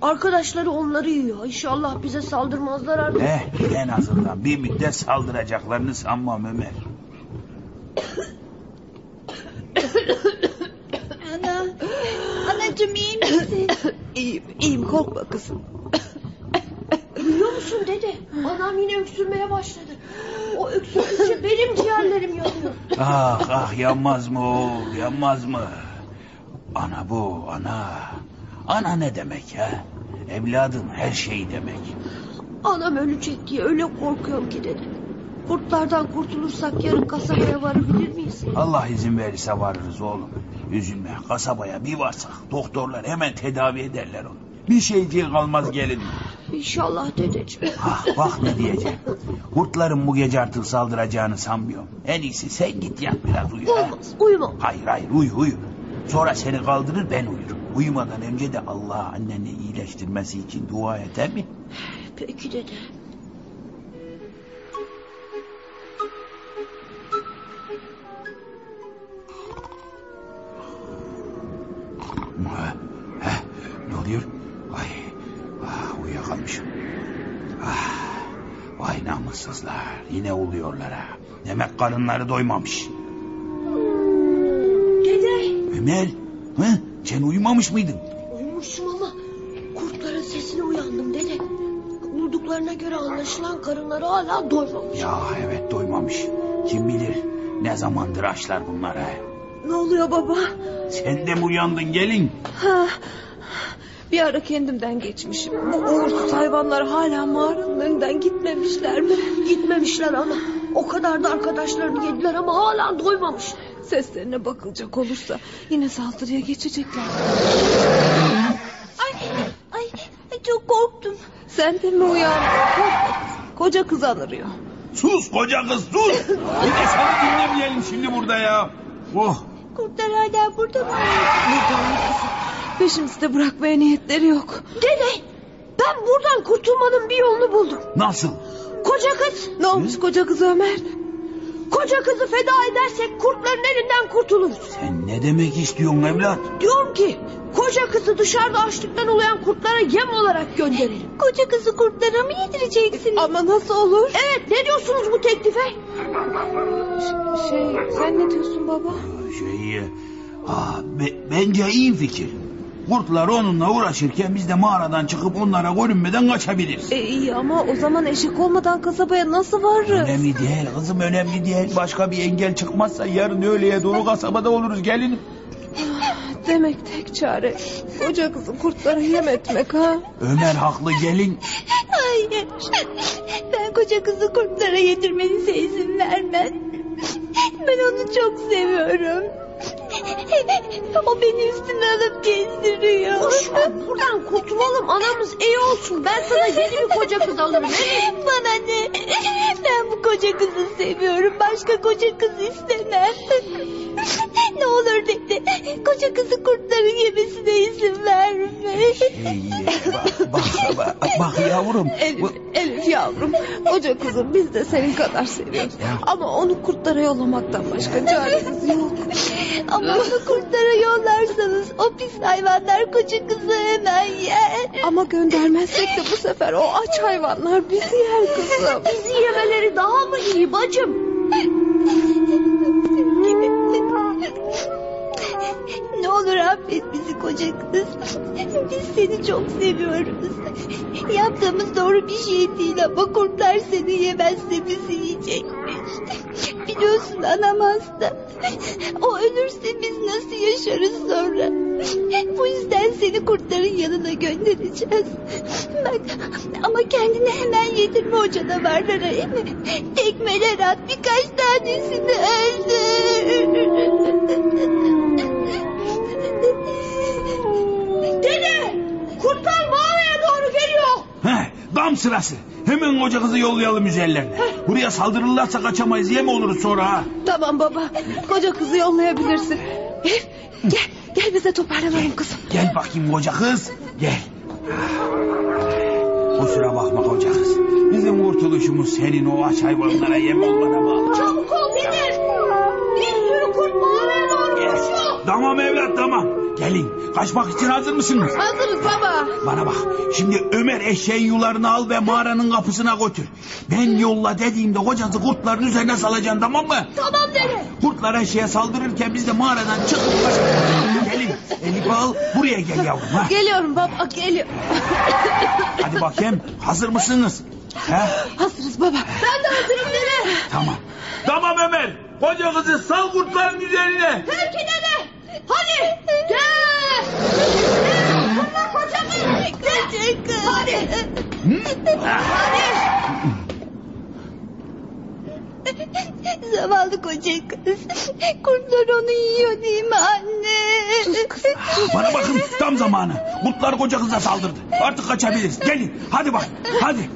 Speaker 5: Arkadaşları onları yiyor. İnşallah bize saldırmazlar artık.
Speaker 6: Eh, en azından bir müddet saldıracaklarını sanmam Ömer.
Speaker 1: Ana, anacığım iyi misin?
Speaker 4: İyiyim, iyiyim korkma kızım.
Speaker 5: Biliyor musun dede? Anam yine öksürmeye başladı. O öksürdükçe benim ciğerlerim yanıyor.
Speaker 6: Ah ah yanmaz mı oğul yanmaz mı? Ana bu ana. Ana ne demek ha? Evladın her şeyi demek.
Speaker 5: Anam ölecek diye öyle korkuyorum ki dede. Kurtlardan kurtulursak yarın kasabaya varabilir miyiz?
Speaker 6: Allah izin verirse varırız oğlum. Üzülme kasabaya bir varsak doktorlar hemen tedavi ederler onu. Bir şeyciği kalmaz gelin.
Speaker 5: İnşallah dedeciğim.
Speaker 6: Ah bak ne diyeceğim. Kurtların bu gece artık saldıracağını sanmıyorum. En iyisi sen git yat biraz uyu. ha?
Speaker 5: Olmaz uyumam.
Speaker 6: Hayır hayır uyu uyu. Sonra seni kaldırır ben uyurum. Uyumadan önce de Allah'a anneni iyileştirmesi için dua eder mi?
Speaker 5: Peki dede.
Speaker 6: Ha, ha, ne oluyor? Ay, ah, uyuyakalmışım. Ah, vay namussuzlar. Yine uluyorlar ha. Demek karınları doymamış.
Speaker 5: Dede.
Speaker 6: Ömer, ha, sen uyumamış mıydın?
Speaker 5: Uyumuşum ama kurtların sesine uyandım dede. Vurduklarına göre anlaşılan karınları hala doymamış.
Speaker 6: Ya evet doymamış. Kim bilir ne zamandır açlar bunlar ha.
Speaker 4: Ne oluyor baba?
Speaker 6: Sen de mi uyandın gelin?
Speaker 4: Ha, bir ara kendimden geçmişim. Bu uğursuz hayvanlar hala mağaranın önünden gitmemişler mi?
Speaker 5: Gitmemişler ana. O kadar da arkadaşlarını yediler ama hala doymamış.
Speaker 4: Seslerine bakılacak olursa yine saldırıya geçecekler.
Speaker 1: Ay, ay, ay, çok korktum.
Speaker 4: Sen de mi uyandın? Korkma kızım. Koca kız anırıyor.
Speaker 6: Sus koca kız sus. Bir de seni dinlemeyelim şimdi burada ya. Oh
Speaker 1: Kurtlar hala burada mı?
Speaker 4: Peşimizi bırakmaya niyetleri yok.
Speaker 5: Dede ben buradan kurtulmanın bir yolunu buldum.
Speaker 6: nasıl?
Speaker 5: Koca kız.
Speaker 4: Ne olmuş koca kız Ömer?
Speaker 5: Koca kızı feda edersek kurtların elinden kurtuluruz.
Speaker 6: Sen ne demek istiyorsun evlat?
Speaker 5: Diyorum ki
Speaker 7: Koca kızı dışarıda açlıktan ulayan kurtlara yem olarak gönderelim.
Speaker 5: Koca kızı kurtlara mı yedireceksiniz?
Speaker 4: Ama nasıl olur?
Speaker 7: Evet ne diyorsunuz bu teklife?
Speaker 4: Şey sen ne diyorsun baba?
Speaker 6: Şey, e, ah, be- bence iyi fikir. Kurtlar onunla uğraşırken biz de mağaradan çıkıp onlara görünmeden kaçabiliriz.
Speaker 4: E, iyi ama o zaman eşek olmadan kasabaya nasıl varırız?
Speaker 6: Önemli değil kızım önemli değil. Başka bir engel çıkmazsa yarın öğleye doğru kasabada oluruz gelin.
Speaker 4: Demek tek çare koca kızı kurtlara yem etmek ha?
Speaker 6: Ömer haklı gelin.
Speaker 5: Hayır. Ben koca kızı kurtlara yedirmenize izin vermem. Ben onu çok seviyorum. O beni üstüne alıp gezdiriyor.
Speaker 7: Koşma buradan kurtulalım anamız iyi olsun. Ben sana yeni bir koca kız alırım. Ne?
Speaker 5: Bana ne? Ben bu koca kızı seviyorum. Başka koca kız istemem. Ne olur dede. Koca kızı kurtların yemesine izin verme.
Speaker 6: Şey, e, bak, bak, bak, bak yavrum.
Speaker 4: Elif,
Speaker 6: Bu-
Speaker 4: Elif yavrum. Koca kızım biz de senin kadar seviyoruz. Ama onu kurtlara yollamaktan başka çaremiz yok.
Speaker 5: Ama onu kurtlara yollarsanız o pis hayvanlar koca kızı hemen yer.
Speaker 4: Ama göndermezsek de bu sefer o aç hayvanlar bizi yer kızım.
Speaker 7: Bizi yemeleri daha mı iyi bacım?
Speaker 5: Ne olur affet bizi koca kız. Biz seni çok seviyoruz. Yaptığımız doğru bir şey değil ama kurtlar seni yemezse bizi yiyecekmiş. Biliyorsun anam hasta. O ölürse biz nasıl yaşarız sonra? Bu yüzden seni kurtların yanına göndereceğiz. Bak ama kendini hemen yedirme o canavarlara değil mi? Tekmeler at birkaç tanesini öldür. Dede! Kurtlar mağaraya doğru geliyor.
Speaker 6: Heh, dam sırası. Hemen koca kızı yollayalım üzerlerine. Buraya saldırırlarsa kaçamayız yem oluruz sonra ha.
Speaker 4: Tamam baba. Koca kızı yollayabilirsin. Elif gel. Gel bize toparlanalım kızım.
Speaker 6: Gel bakayım koca kız. Gel. Ah. Kusura bakma koca kız. Bizim kurtuluşumuz senin o aç hayvanlara yem olmana bağlı.
Speaker 7: Çabuk ol Nedir? Bir sürü kurt mağaraya doğru koşuyor.
Speaker 6: Tamam evlat tamam. Gelin kaçmak için hazır mısınız?
Speaker 4: Hazırız baba.
Speaker 6: Bana bak şimdi Ömer eşeğin yularını al ve mağaranın kapısına götür. Ben yolla dediğimde kocası kurtların üzerine salacaksın tamam mı?
Speaker 7: Tamam dede.
Speaker 6: Kurtlar eşeğe saldırırken biz de mağaradan çıkıp kaçalım. Gelin Elif'i al buraya gel yavrum. Ha.
Speaker 4: Geliyorum baba geliyorum.
Speaker 6: Hadi bakayım hazır mısınız? Ha?
Speaker 4: Hazırız baba. Ben de hazırım nene.
Speaker 6: Tamam. Tamam Ömer. Koca kızı sal kurtların üzerine.
Speaker 7: Peki dede. Hadi gel. Bunlar koca kız. Koca kız. Hadi. Hadi.
Speaker 5: Zavallı koca kız. Kurtlar onu yiyor değil mi anne? Sus kızım.
Speaker 6: Bana bakın tam zamanı. Kurtlar koca kıza saldırdı. Artık kaçabiliriz. Gelin hadi bak hadi.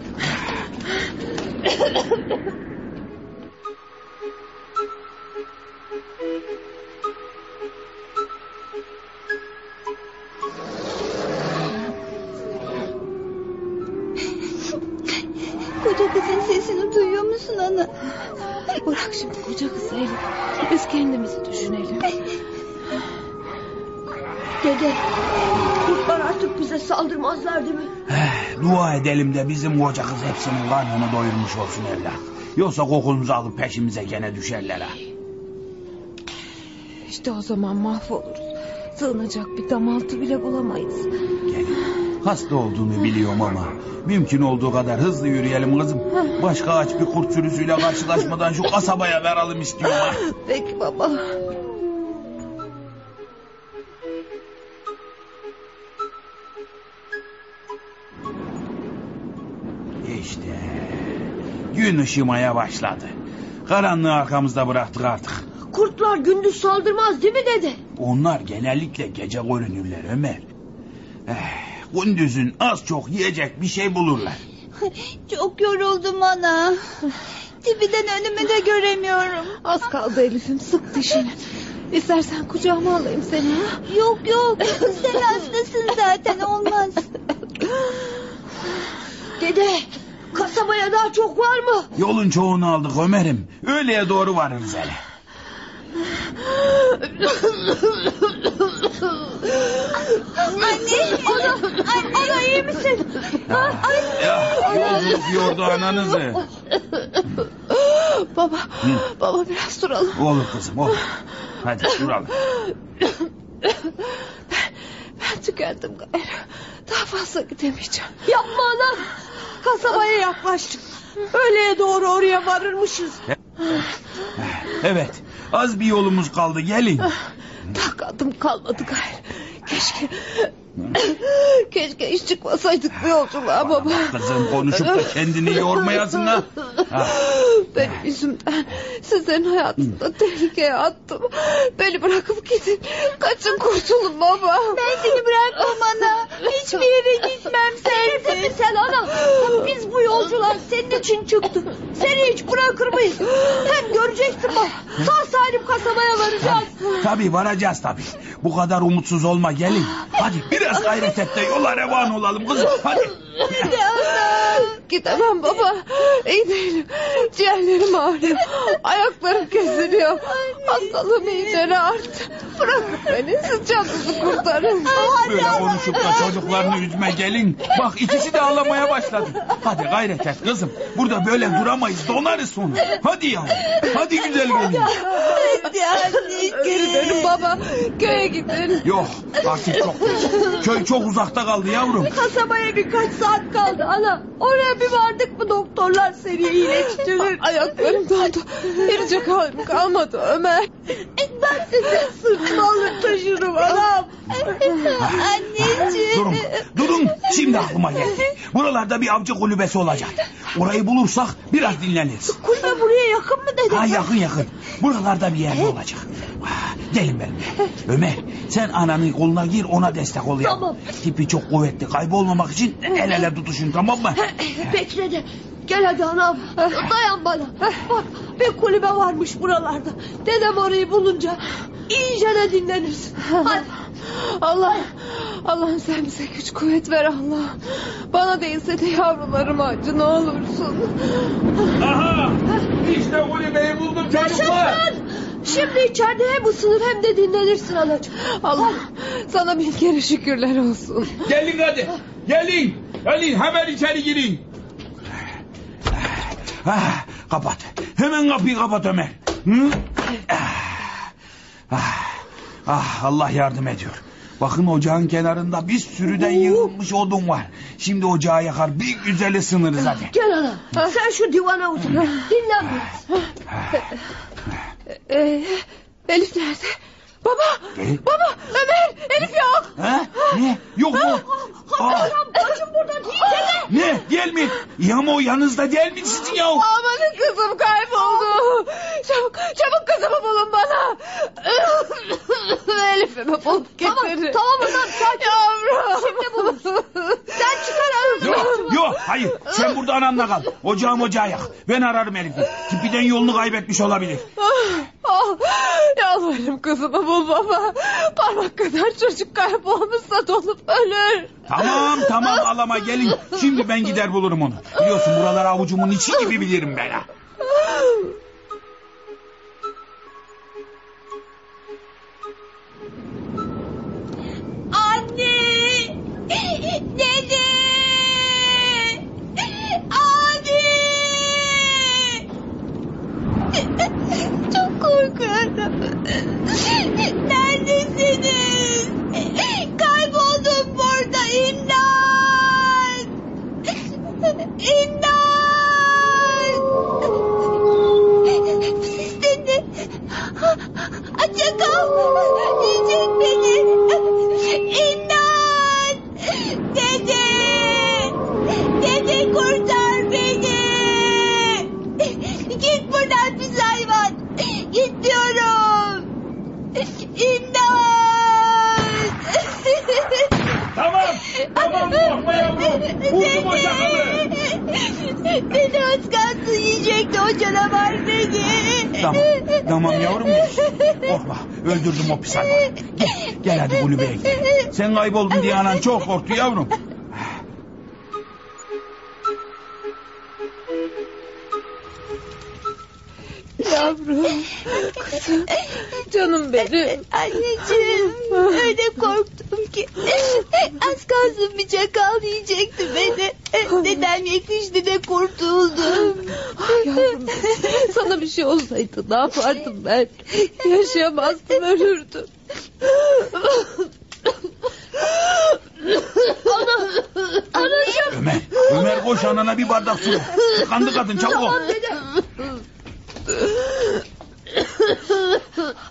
Speaker 5: Koca kızın sesini duyuyor musun ana?
Speaker 4: Bırak şimdi koca kızı Elif. Biz kendimizi düşünelim.
Speaker 7: Dede. Kurtlar artık bize saldırmazlar değil mi?
Speaker 6: Eh, Dua edelim de bizim koca kız hepsinin karnını doyurmuş olsun evlat. Yoksa kokumuzu alıp peşimize gene düşerler ha.
Speaker 4: İşte o zaman mahvoluruz. Sığınacak bir dam altı bile bulamayız.
Speaker 6: Gelin. Hasta olduğunu biliyorum ama mümkün olduğu kadar hızlı yürüyelim kızım. Başka aç bir kurt sürüsüyle karşılaşmadan şu kasabaya varalım istiyorum ha.
Speaker 4: Peki baba.
Speaker 6: İşte gün ışımaya başladı. Karanlığı arkamızda bıraktık artık.
Speaker 7: Kurtlar gündüz saldırmaz değil mi dede?
Speaker 6: Onlar genellikle gece görünürler Ömer. Eh, gündüzün az çok yiyecek bir şey bulurlar.
Speaker 5: Çok yoruldum ana. Tipiden önümü de göremiyorum.
Speaker 4: Az kaldı Elif'im sık dişini. İstersen kucağıma alayım seni ha.
Speaker 5: Yok yok sen hastasın zaten olmaz.
Speaker 7: Dede kasabaya daha çok var mı?
Speaker 6: Yolun çoğunu aldık Ömer'im. Öğleye doğru varırız hele.
Speaker 5: Anne, ana, ay, ana iyi misin?
Speaker 6: Ya yolculuk Eh, yordu ananızı.
Speaker 4: Baba, baba biraz duralım.
Speaker 6: Olur kızım olur. Hadi duralım.
Speaker 4: Ben tükendim gayrı. Daha fazla gidemeyeceğim.
Speaker 8: Yapma ana.
Speaker 4: Kasabaya yaklaştık. Öğleye doğru oraya varırmışız.
Speaker 6: Evet az bir yolumuz kaldı gelin.
Speaker 4: Takadım kalmadı gayrı. Keşke... Keşke hiç çıkmasaydık bu yolculuğa
Speaker 6: Bana
Speaker 4: baba.
Speaker 6: bak kızım konuşup da kendini yormayasın ha.
Speaker 4: Benim yüzümden sizlerin hayatını da tehlikeye attım. Beni bırakıp gidin. Kaçın kurtulun baba.
Speaker 5: Ben seni bırakmam ana. Hiçbir yere gitmem sensiz.
Speaker 8: Sen ana. Biz bu yolculuğa senin için çıktık. Seni hiç bırakır mıyız? Sen göreceksin bak. Sağ salim kasabaya varacağız.
Speaker 6: Tabii varacağız tabii. Bu kadar umutsuz olma gelin. Hadi biraz gayret et de yola revan olalım kızım. Hadi.
Speaker 4: Gidemem baba. İyi değilim. Ciğerlerim ağrıyor. Ayaklarım kesiliyor. Hastalığım iyice arttı. Bırakın beni. Siz canınızı kurtarın.
Speaker 6: Böyle konuşup da çocuklarını üzme gelin. Bak ikisi de ağlamaya başladı. Hadi gayret et kızım. Burada böyle duramayız donarız sonra. Hadi ya. Hadi güzel gelin.
Speaker 5: Hadi anneciğim.
Speaker 4: Geri dönün baba. Köye gidin.
Speaker 6: Yok artık çok. Köy çok uzakta kaldı yavrum.
Speaker 8: Kasabaya birkaç saat kaldı ana. Oraya bir vardık mı doktorlar seni iyileştirir.
Speaker 4: Ayaklarım dondu. Yürüyecek halim kalmadı Ömer.
Speaker 8: E, Ben sizi sırtıma alır taşırım anam.
Speaker 5: Anneciğim.
Speaker 6: Durun, durun. Şimdi aklıma geldi. Buralarda bir avcı kulübesi olacak. Orayı bulursak biraz dinleniriz.
Speaker 8: Kulübe buraya yakın mı dedin?
Speaker 6: Ha yakın yakın. Buralarda bir yerde olacak. Ah, Gelin benimle. Ömer sen ananın koluna gir ona destek ol ya.
Speaker 8: Tamam.
Speaker 6: Tipi çok kuvvetli kaybolmamak için el ele tutuşun tamam mı?
Speaker 8: Bekle de. Gel hadi anam. Dayan bana. Bak bir kulübe varmış buralarda. Dedem orayı bulunca iyice de dinlenirsin. Hadi.
Speaker 4: Allah Allah'ım sen bize güç kuvvet ver Allah. Bana değilse de yavrularıma acı ne olursun.
Speaker 6: Aha işte kulübeyi buldum çocuklar.
Speaker 8: Şimdi içeride hem ısınır hem de dinlenirsin anacığım.
Speaker 4: Allah sana bin kere şükürler olsun.
Speaker 6: Gelin hadi gelin. Gelin hemen içeri girin. Ah, kapat. Hemen kapıyı kapat Ömer. Hı? Ah, ah, ah, Allah yardım ediyor. Bakın ocağın kenarında bir sürü de yığılmış odun var. Şimdi ocağı yakar bir güzel ısınırız hadi.
Speaker 8: Gel ana. Sen şu divana otur.
Speaker 4: Ah.
Speaker 8: Dinlen biraz.
Speaker 4: Ee, Ah. Elif nerede? Baba!
Speaker 6: Ne?
Speaker 4: Baba! Ömer! Elif yok!
Speaker 6: Ha? Ne? Yok mu?
Speaker 4: Ah,
Speaker 6: Aa,
Speaker 8: Bacım burada değil dede.
Speaker 6: ne? Değil mi? Ya ama o yanınızda değil mi sizin ya?
Speaker 4: Amanın kızım kayboldu. Çabuk, çabuk kızımı bulun bana. Elif'imi bulup
Speaker 8: Tamam,
Speaker 4: getirin.
Speaker 8: tamam anam, sakin.
Speaker 4: Yavrum.
Speaker 8: Şimdi bulursun.
Speaker 4: Sen çıkar
Speaker 6: Yok, yok, hayır. Sen burada anamla kal. Ocağım ocağı yak. Ben ararım Elif'i. Tipiden yolunu kaybetmiş olabilir.
Speaker 4: Ah, yalvarırım kızımı bul baba. Parmak kadar çocuk kaybolmuşsa donup ölür.
Speaker 6: Tamam tamam alama gelin. Şimdi ben gider bulurum onu. Biliyorsun buraları avucumun içi gibi bilirim ben ha.
Speaker 5: Anne. Dede. Abi. Çok korkuyorum. Neredesiniz? Kayboldum burada. İmdat. İmdat. Siz de ne? Açık al. Yiyecek beni. İmdat. Dede. Dede kurtar beni. Git buradan pis hayvan. Git diyorum. İmdat.
Speaker 6: Tamam tamam korkma yavrum. Buldum o çakalı.
Speaker 5: Beni az kalsın yiyecekti o canavar beni.
Speaker 6: Tamam tamam yavrum. Korkma öldürdüm o pis hayvanı. Gel, gel hadi kulübeye gidelim. Sen kayboldun diye anan çok korktu yavrum.
Speaker 4: yavrum. Kızım. Canım benim.
Speaker 1: Anneciğim öyle korktum ki. Az kalsın bir çakal yiyecekti beni. Dedem yetişti de kurtuldum.
Speaker 4: Ah yavrum. Sana bir şey olsaydı ne yapardım ben? Yaşayamazdım ölürdüm.
Speaker 6: Ömer, Ömer koş anana bir bardak su ver. Kandı kadın çabuk. ol.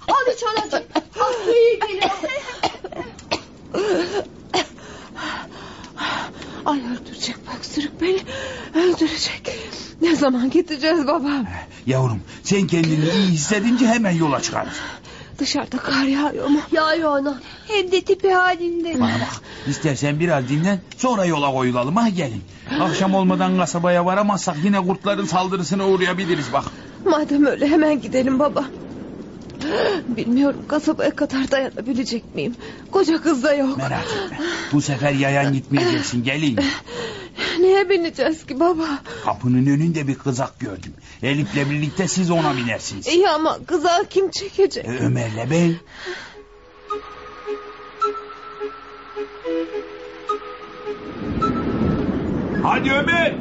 Speaker 5: Al iç anacığım. Al suyu gelin.
Speaker 4: Ay öldürecek bak sürük beni. Öldürecek. Ne zaman gideceğiz babam?
Speaker 6: Yavrum sen kendini iyi hissedince hemen yola çıkarız.
Speaker 4: Dışarıda kar yağıyor mu?
Speaker 5: Ya ya ana.
Speaker 1: Hem de tipi halinde.
Speaker 6: Bana bak istersen biraz dinlen sonra yola koyulalım ha gelin. Akşam olmadan kasabaya varamazsak yine kurtların saldırısına uğrayabiliriz bak.
Speaker 4: Madem öyle hemen gidelim baba. Bilmiyorum kasabaya kadar dayanabilecek miyim? Koca kız da yok.
Speaker 6: Merak etme bu sefer yayan gitmeyeceksin gelin.
Speaker 4: Neye bineceğiz ki baba?
Speaker 6: Kapının önünde bir kızak gördüm. Elif'le birlikte siz ona binersiniz.
Speaker 4: İyi ama kıza kim çekecek?
Speaker 6: E, Ömer'le ben. Hadi Ömer.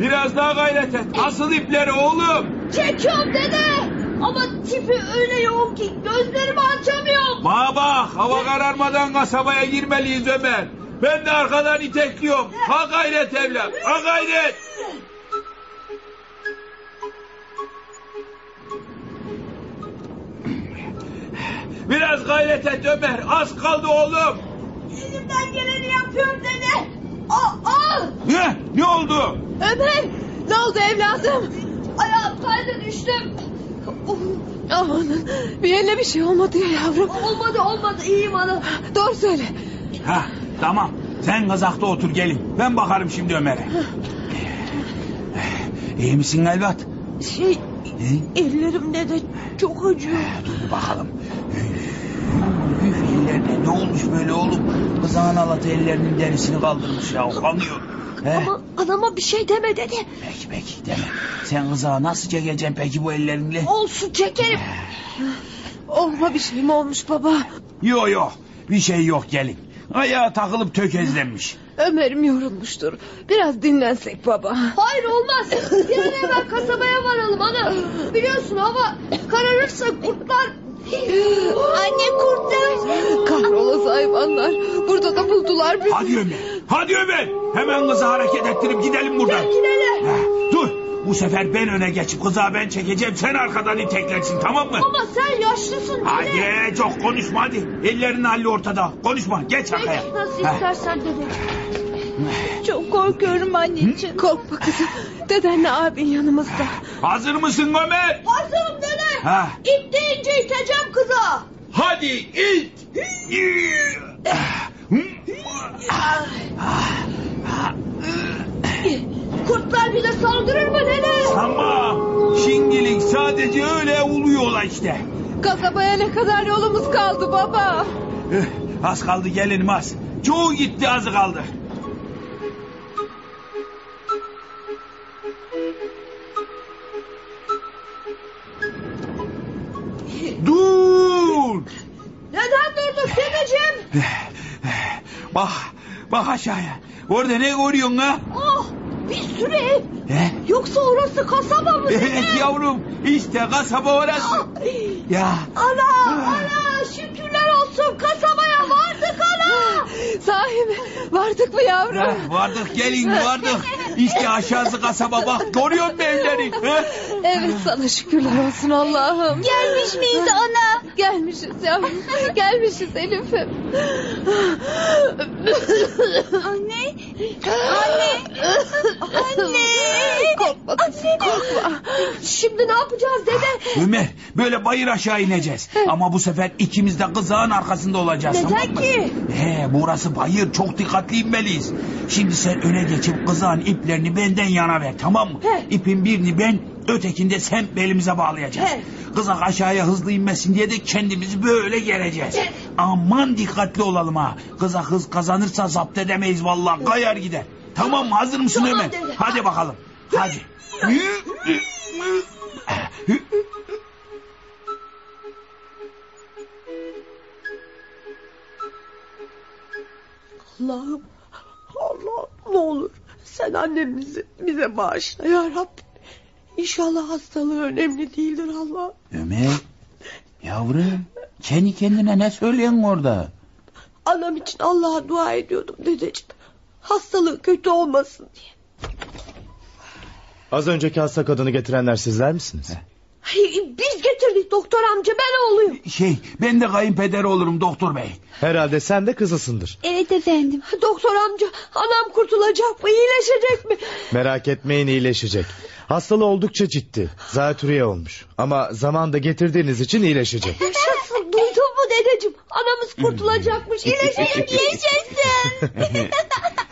Speaker 6: Biraz daha gayret et. Asıl ipleri oğlum.
Speaker 5: Çekiyorum dede. Ama tipi öyle yoğun ki gözlerimi açamıyorum.
Speaker 6: Baba hava kararmadan kasabaya girmeliyiz Ömer. Ben de arkadan itekliyorum. Ha gayret evlat. Ha gayret. Biraz gayret et Ömer. Az kaldı oğlum.
Speaker 5: Elimden geleni yapıyorum dede. Al al.
Speaker 6: Ne? Ne oldu?
Speaker 4: Ömer ne oldu evladım? Oh,
Speaker 5: Ayağım kaydı düştüm.
Speaker 4: Aman bir yerine bir şey olmadı ya yavrum.
Speaker 5: Olmadı olmadı iyiyim ana.
Speaker 4: Doğru söyle.
Speaker 6: Ha tamam. Sen kazakta otur gelin. Ben bakarım şimdi Ömer'e. İyi misin Elvat?
Speaker 4: Şey
Speaker 6: Ne?
Speaker 4: ellerimde de çok acıyor.
Speaker 6: Dur bir bakalım. Üf, üf, ellerine ne olmuş böyle oğlum? Kızağın alatı ellerinin derisini kaldırmış ya. Kanıyor. He?
Speaker 5: Ama anama bir şey deme dede.
Speaker 6: Peki peki deme. Sen kızağı nasıl çekeceksin peki bu ellerinle?
Speaker 5: Olsun çekerim.
Speaker 4: Olma bir şey mi olmuş baba?
Speaker 6: Yo yo. Bir şey yok gelin. Ayağa takılıp tökezlenmiş.
Speaker 4: Ömer'im yorulmuştur. Biraz dinlensek baba.
Speaker 5: Hayır olmaz. Bir an evvel kasabaya varalım ana. Biliyorsun hava kararırsa kurtlar... Anne kurtlar.
Speaker 4: Kahrolası hayvanlar. Burada da buldular bizi.
Speaker 6: Hadi Ömer. Hadi Ömer. Hemen kızı hareket ettirip gidelim buradan.
Speaker 5: Gidelim.
Speaker 6: Ha, dur. Bu sefer ben öne geçip kızağı ben çekeceğim. Sen arkadan iteklersin tamam mı?
Speaker 5: Ama sen yaşlısın. dede.
Speaker 6: Hadi çok konuşma hadi. Ellerin halli ortada. Konuşma geç arkaya.
Speaker 5: Peki nasıl
Speaker 6: Ha.
Speaker 5: istersen dede.
Speaker 1: Çok korkuyorum anneciğim.
Speaker 4: Korkma kızım. Dedenle abin yanımızda.
Speaker 6: Hazır mısın Ömer?
Speaker 5: Hazırım dede.
Speaker 6: Ha.
Speaker 5: İp deyince iteceğim kıza.
Speaker 6: Hadi it.
Speaker 5: Kurtlar bize saldırır mı dede?
Speaker 6: Ama şimdilik sadece öyle uluyorlar işte.
Speaker 4: Kasabaya ne kadar yolumuz kaldı baba.
Speaker 6: Üh, Eh, Az kaldı gelin az. Çoğu gitti azı kaldı. Dur!
Speaker 5: Neden durduk dedeciğim?
Speaker 6: Eh, Bak, bak aşağıya. Orada ne görüyorsun ha?
Speaker 5: Oh bir sürü ev.
Speaker 6: He?
Speaker 5: Yoksa orası kasaba mı dede?
Speaker 6: Evet yavrum, işte kasaba orası. Ya,
Speaker 5: Ana ana şükürler olsun kasabaya vardık ana.
Speaker 4: Sahi mi? Vardık mı
Speaker 6: ha,
Speaker 4: yavrum?
Speaker 6: vardık gelin vardık. İşte aşağısı kasaba bak, görüyor musun evleri? He?
Speaker 4: Evet sana şükürler olsun Allah'ım.
Speaker 1: Gelmiş miyiz ana?
Speaker 4: Gelmişiz yavrum. Gelmişiz Elif'im.
Speaker 1: Anne. Anne. Anne.
Speaker 4: Korkma kızım korkma.
Speaker 5: Şimdi ne yapacağız dede?
Speaker 6: Ömer böyle bayır aşağı ineceğiz. Ama bu sefer ikimiz de kızağın arkasında olacağız.
Speaker 5: Neden
Speaker 6: tamam mı?
Speaker 5: ki?
Speaker 6: He burası bayır çok dikkatli inmeliyiz. Şimdi sen öne geçip kızağın iplerini benden yana ver tamam mı?
Speaker 5: He.
Speaker 6: İpin birini ben ötekini de sen belimize bağlayacağız.
Speaker 5: He.
Speaker 6: Kızak aşağıya hızlı inmesin diye de kendimizi böyle gereceğiz. Aman dikkatli olalım ha. Kızak hız kazanırsa zapt edemeyiz vallahi kayar gider. Tamam mı hazır mısın
Speaker 5: Tamam
Speaker 6: Ömer?
Speaker 5: dede.
Speaker 6: Hadi bakalım. Hadi.
Speaker 4: Allah'ım. Allah ne olur sen annemizi bize bağışla ya Rabbim. İnşallah hastalığı önemli değildir Allah.
Speaker 6: Ömer. Yavrum. Kendi kendine ne söylüyorsun orada?
Speaker 4: Anam için Allah'a dua ediyordum dedeciğim. Hastalığı kötü olmasın diye.
Speaker 9: Az önceki hasta kadını getirenler sizler misiniz?
Speaker 5: Ay, Biz getirdik doktor amca ben oğluyum.
Speaker 6: Şey ben de kayınpeder olurum doktor bey.
Speaker 9: Herhalde sen de kızısındır.
Speaker 1: Evet efendim.
Speaker 5: Doktor amca anam kurtulacak mı iyileşecek mi?
Speaker 9: Merak etmeyin iyileşecek. Hastalığı oldukça ciddi. Zatürre olmuş. Ama zamanda getirdiğiniz için iyileşecek.
Speaker 5: Yaşasın duydun mu dedeciğim? Anamız kurtulacakmış iyileşecek yaşasın.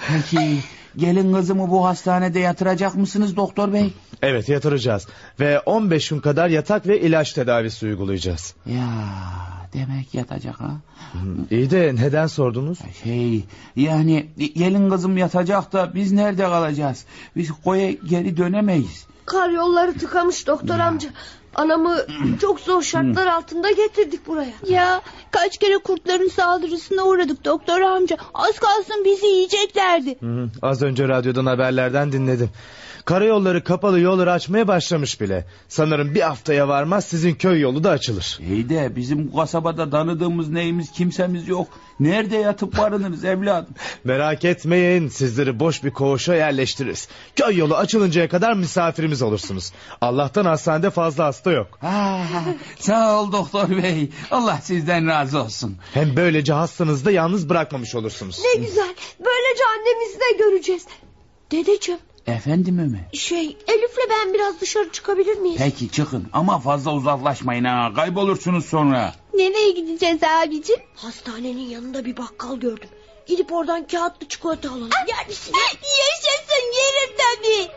Speaker 6: Peki gelin kızımı bu hastanede yatıracak mısınız doktor bey?
Speaker 9: Evet yatıracağız. Ve 15 gün kadar yatak ve ilaç tedavisi uygulayacağız.
Speaker 6: Ya demek yatacak ha.
Speaker 9: İyi de neden sordunuz?
Speaker 6: Şey yani gelin kızım yatacak da biz nerede kalacağız? Biz koya geri dönemeyiz.
Speaker 5: Kar yolları tıkamış doktor amca. Anamı çok zor şartlar altında getirdik buraya.
Speaker 1: Ya kaç kere kurtların saldırısına uğradık doktor amca. Az kalsın bizi yiyeceklerdi.
Speaker 9: Hı, Az önce radyodan haberlerden dinledim. Karayolları kapalı yolları açmaya başlamış bile. Sanırım bir haftaya varmaz sizin köy yolu da açılır.
Speaker 6: İyi de bizim bu kasabada tanıdığımız neyimiz kimsemiz yok. Nerede yatıp barınırız evladım?
Speaker 9: Merak etmeyin sizleri boş bir koğuşa yerleştiririz. Köy yolu açılıncaya kadar misafirimiz olursunuz. Allah'tan hastanede fazla hasta yok.
Speaker 6: Ha, sağ ol doktor bey. Allah sizden razı olsun.
Speaker 9: Hem böylece hastanızı da yalnız bırakmamış olursunuz.
Speaker 5: Ne güzel böylece annemizi de göreceğiz. Dedeciğim
Speaker 6: Efendim Ömer.
Speaker 5: şey Elif'le ben biraz dışarı çıkabilir miyiz?
Speaker 6: Peki çıkın ama fazla uzaklaşmayın ha. Kaybolursunuz sonra.
Speaker 1: Nereye gideceğiz abicim?
Speaker 5: Hastanenin yanında bir bakkal gördüm. Gidip oradan kağıtlı çikolata alalım. Yer misin?
Speaker 1: Yaşasın yerim tabii.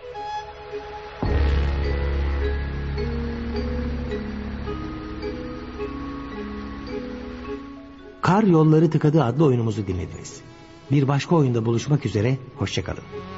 Speaker 2: Kar Yolları Tıkadı adlı oyunumuzu dinlediniz. Bir başka oyunda buluşmak üzere, hoşçakalın.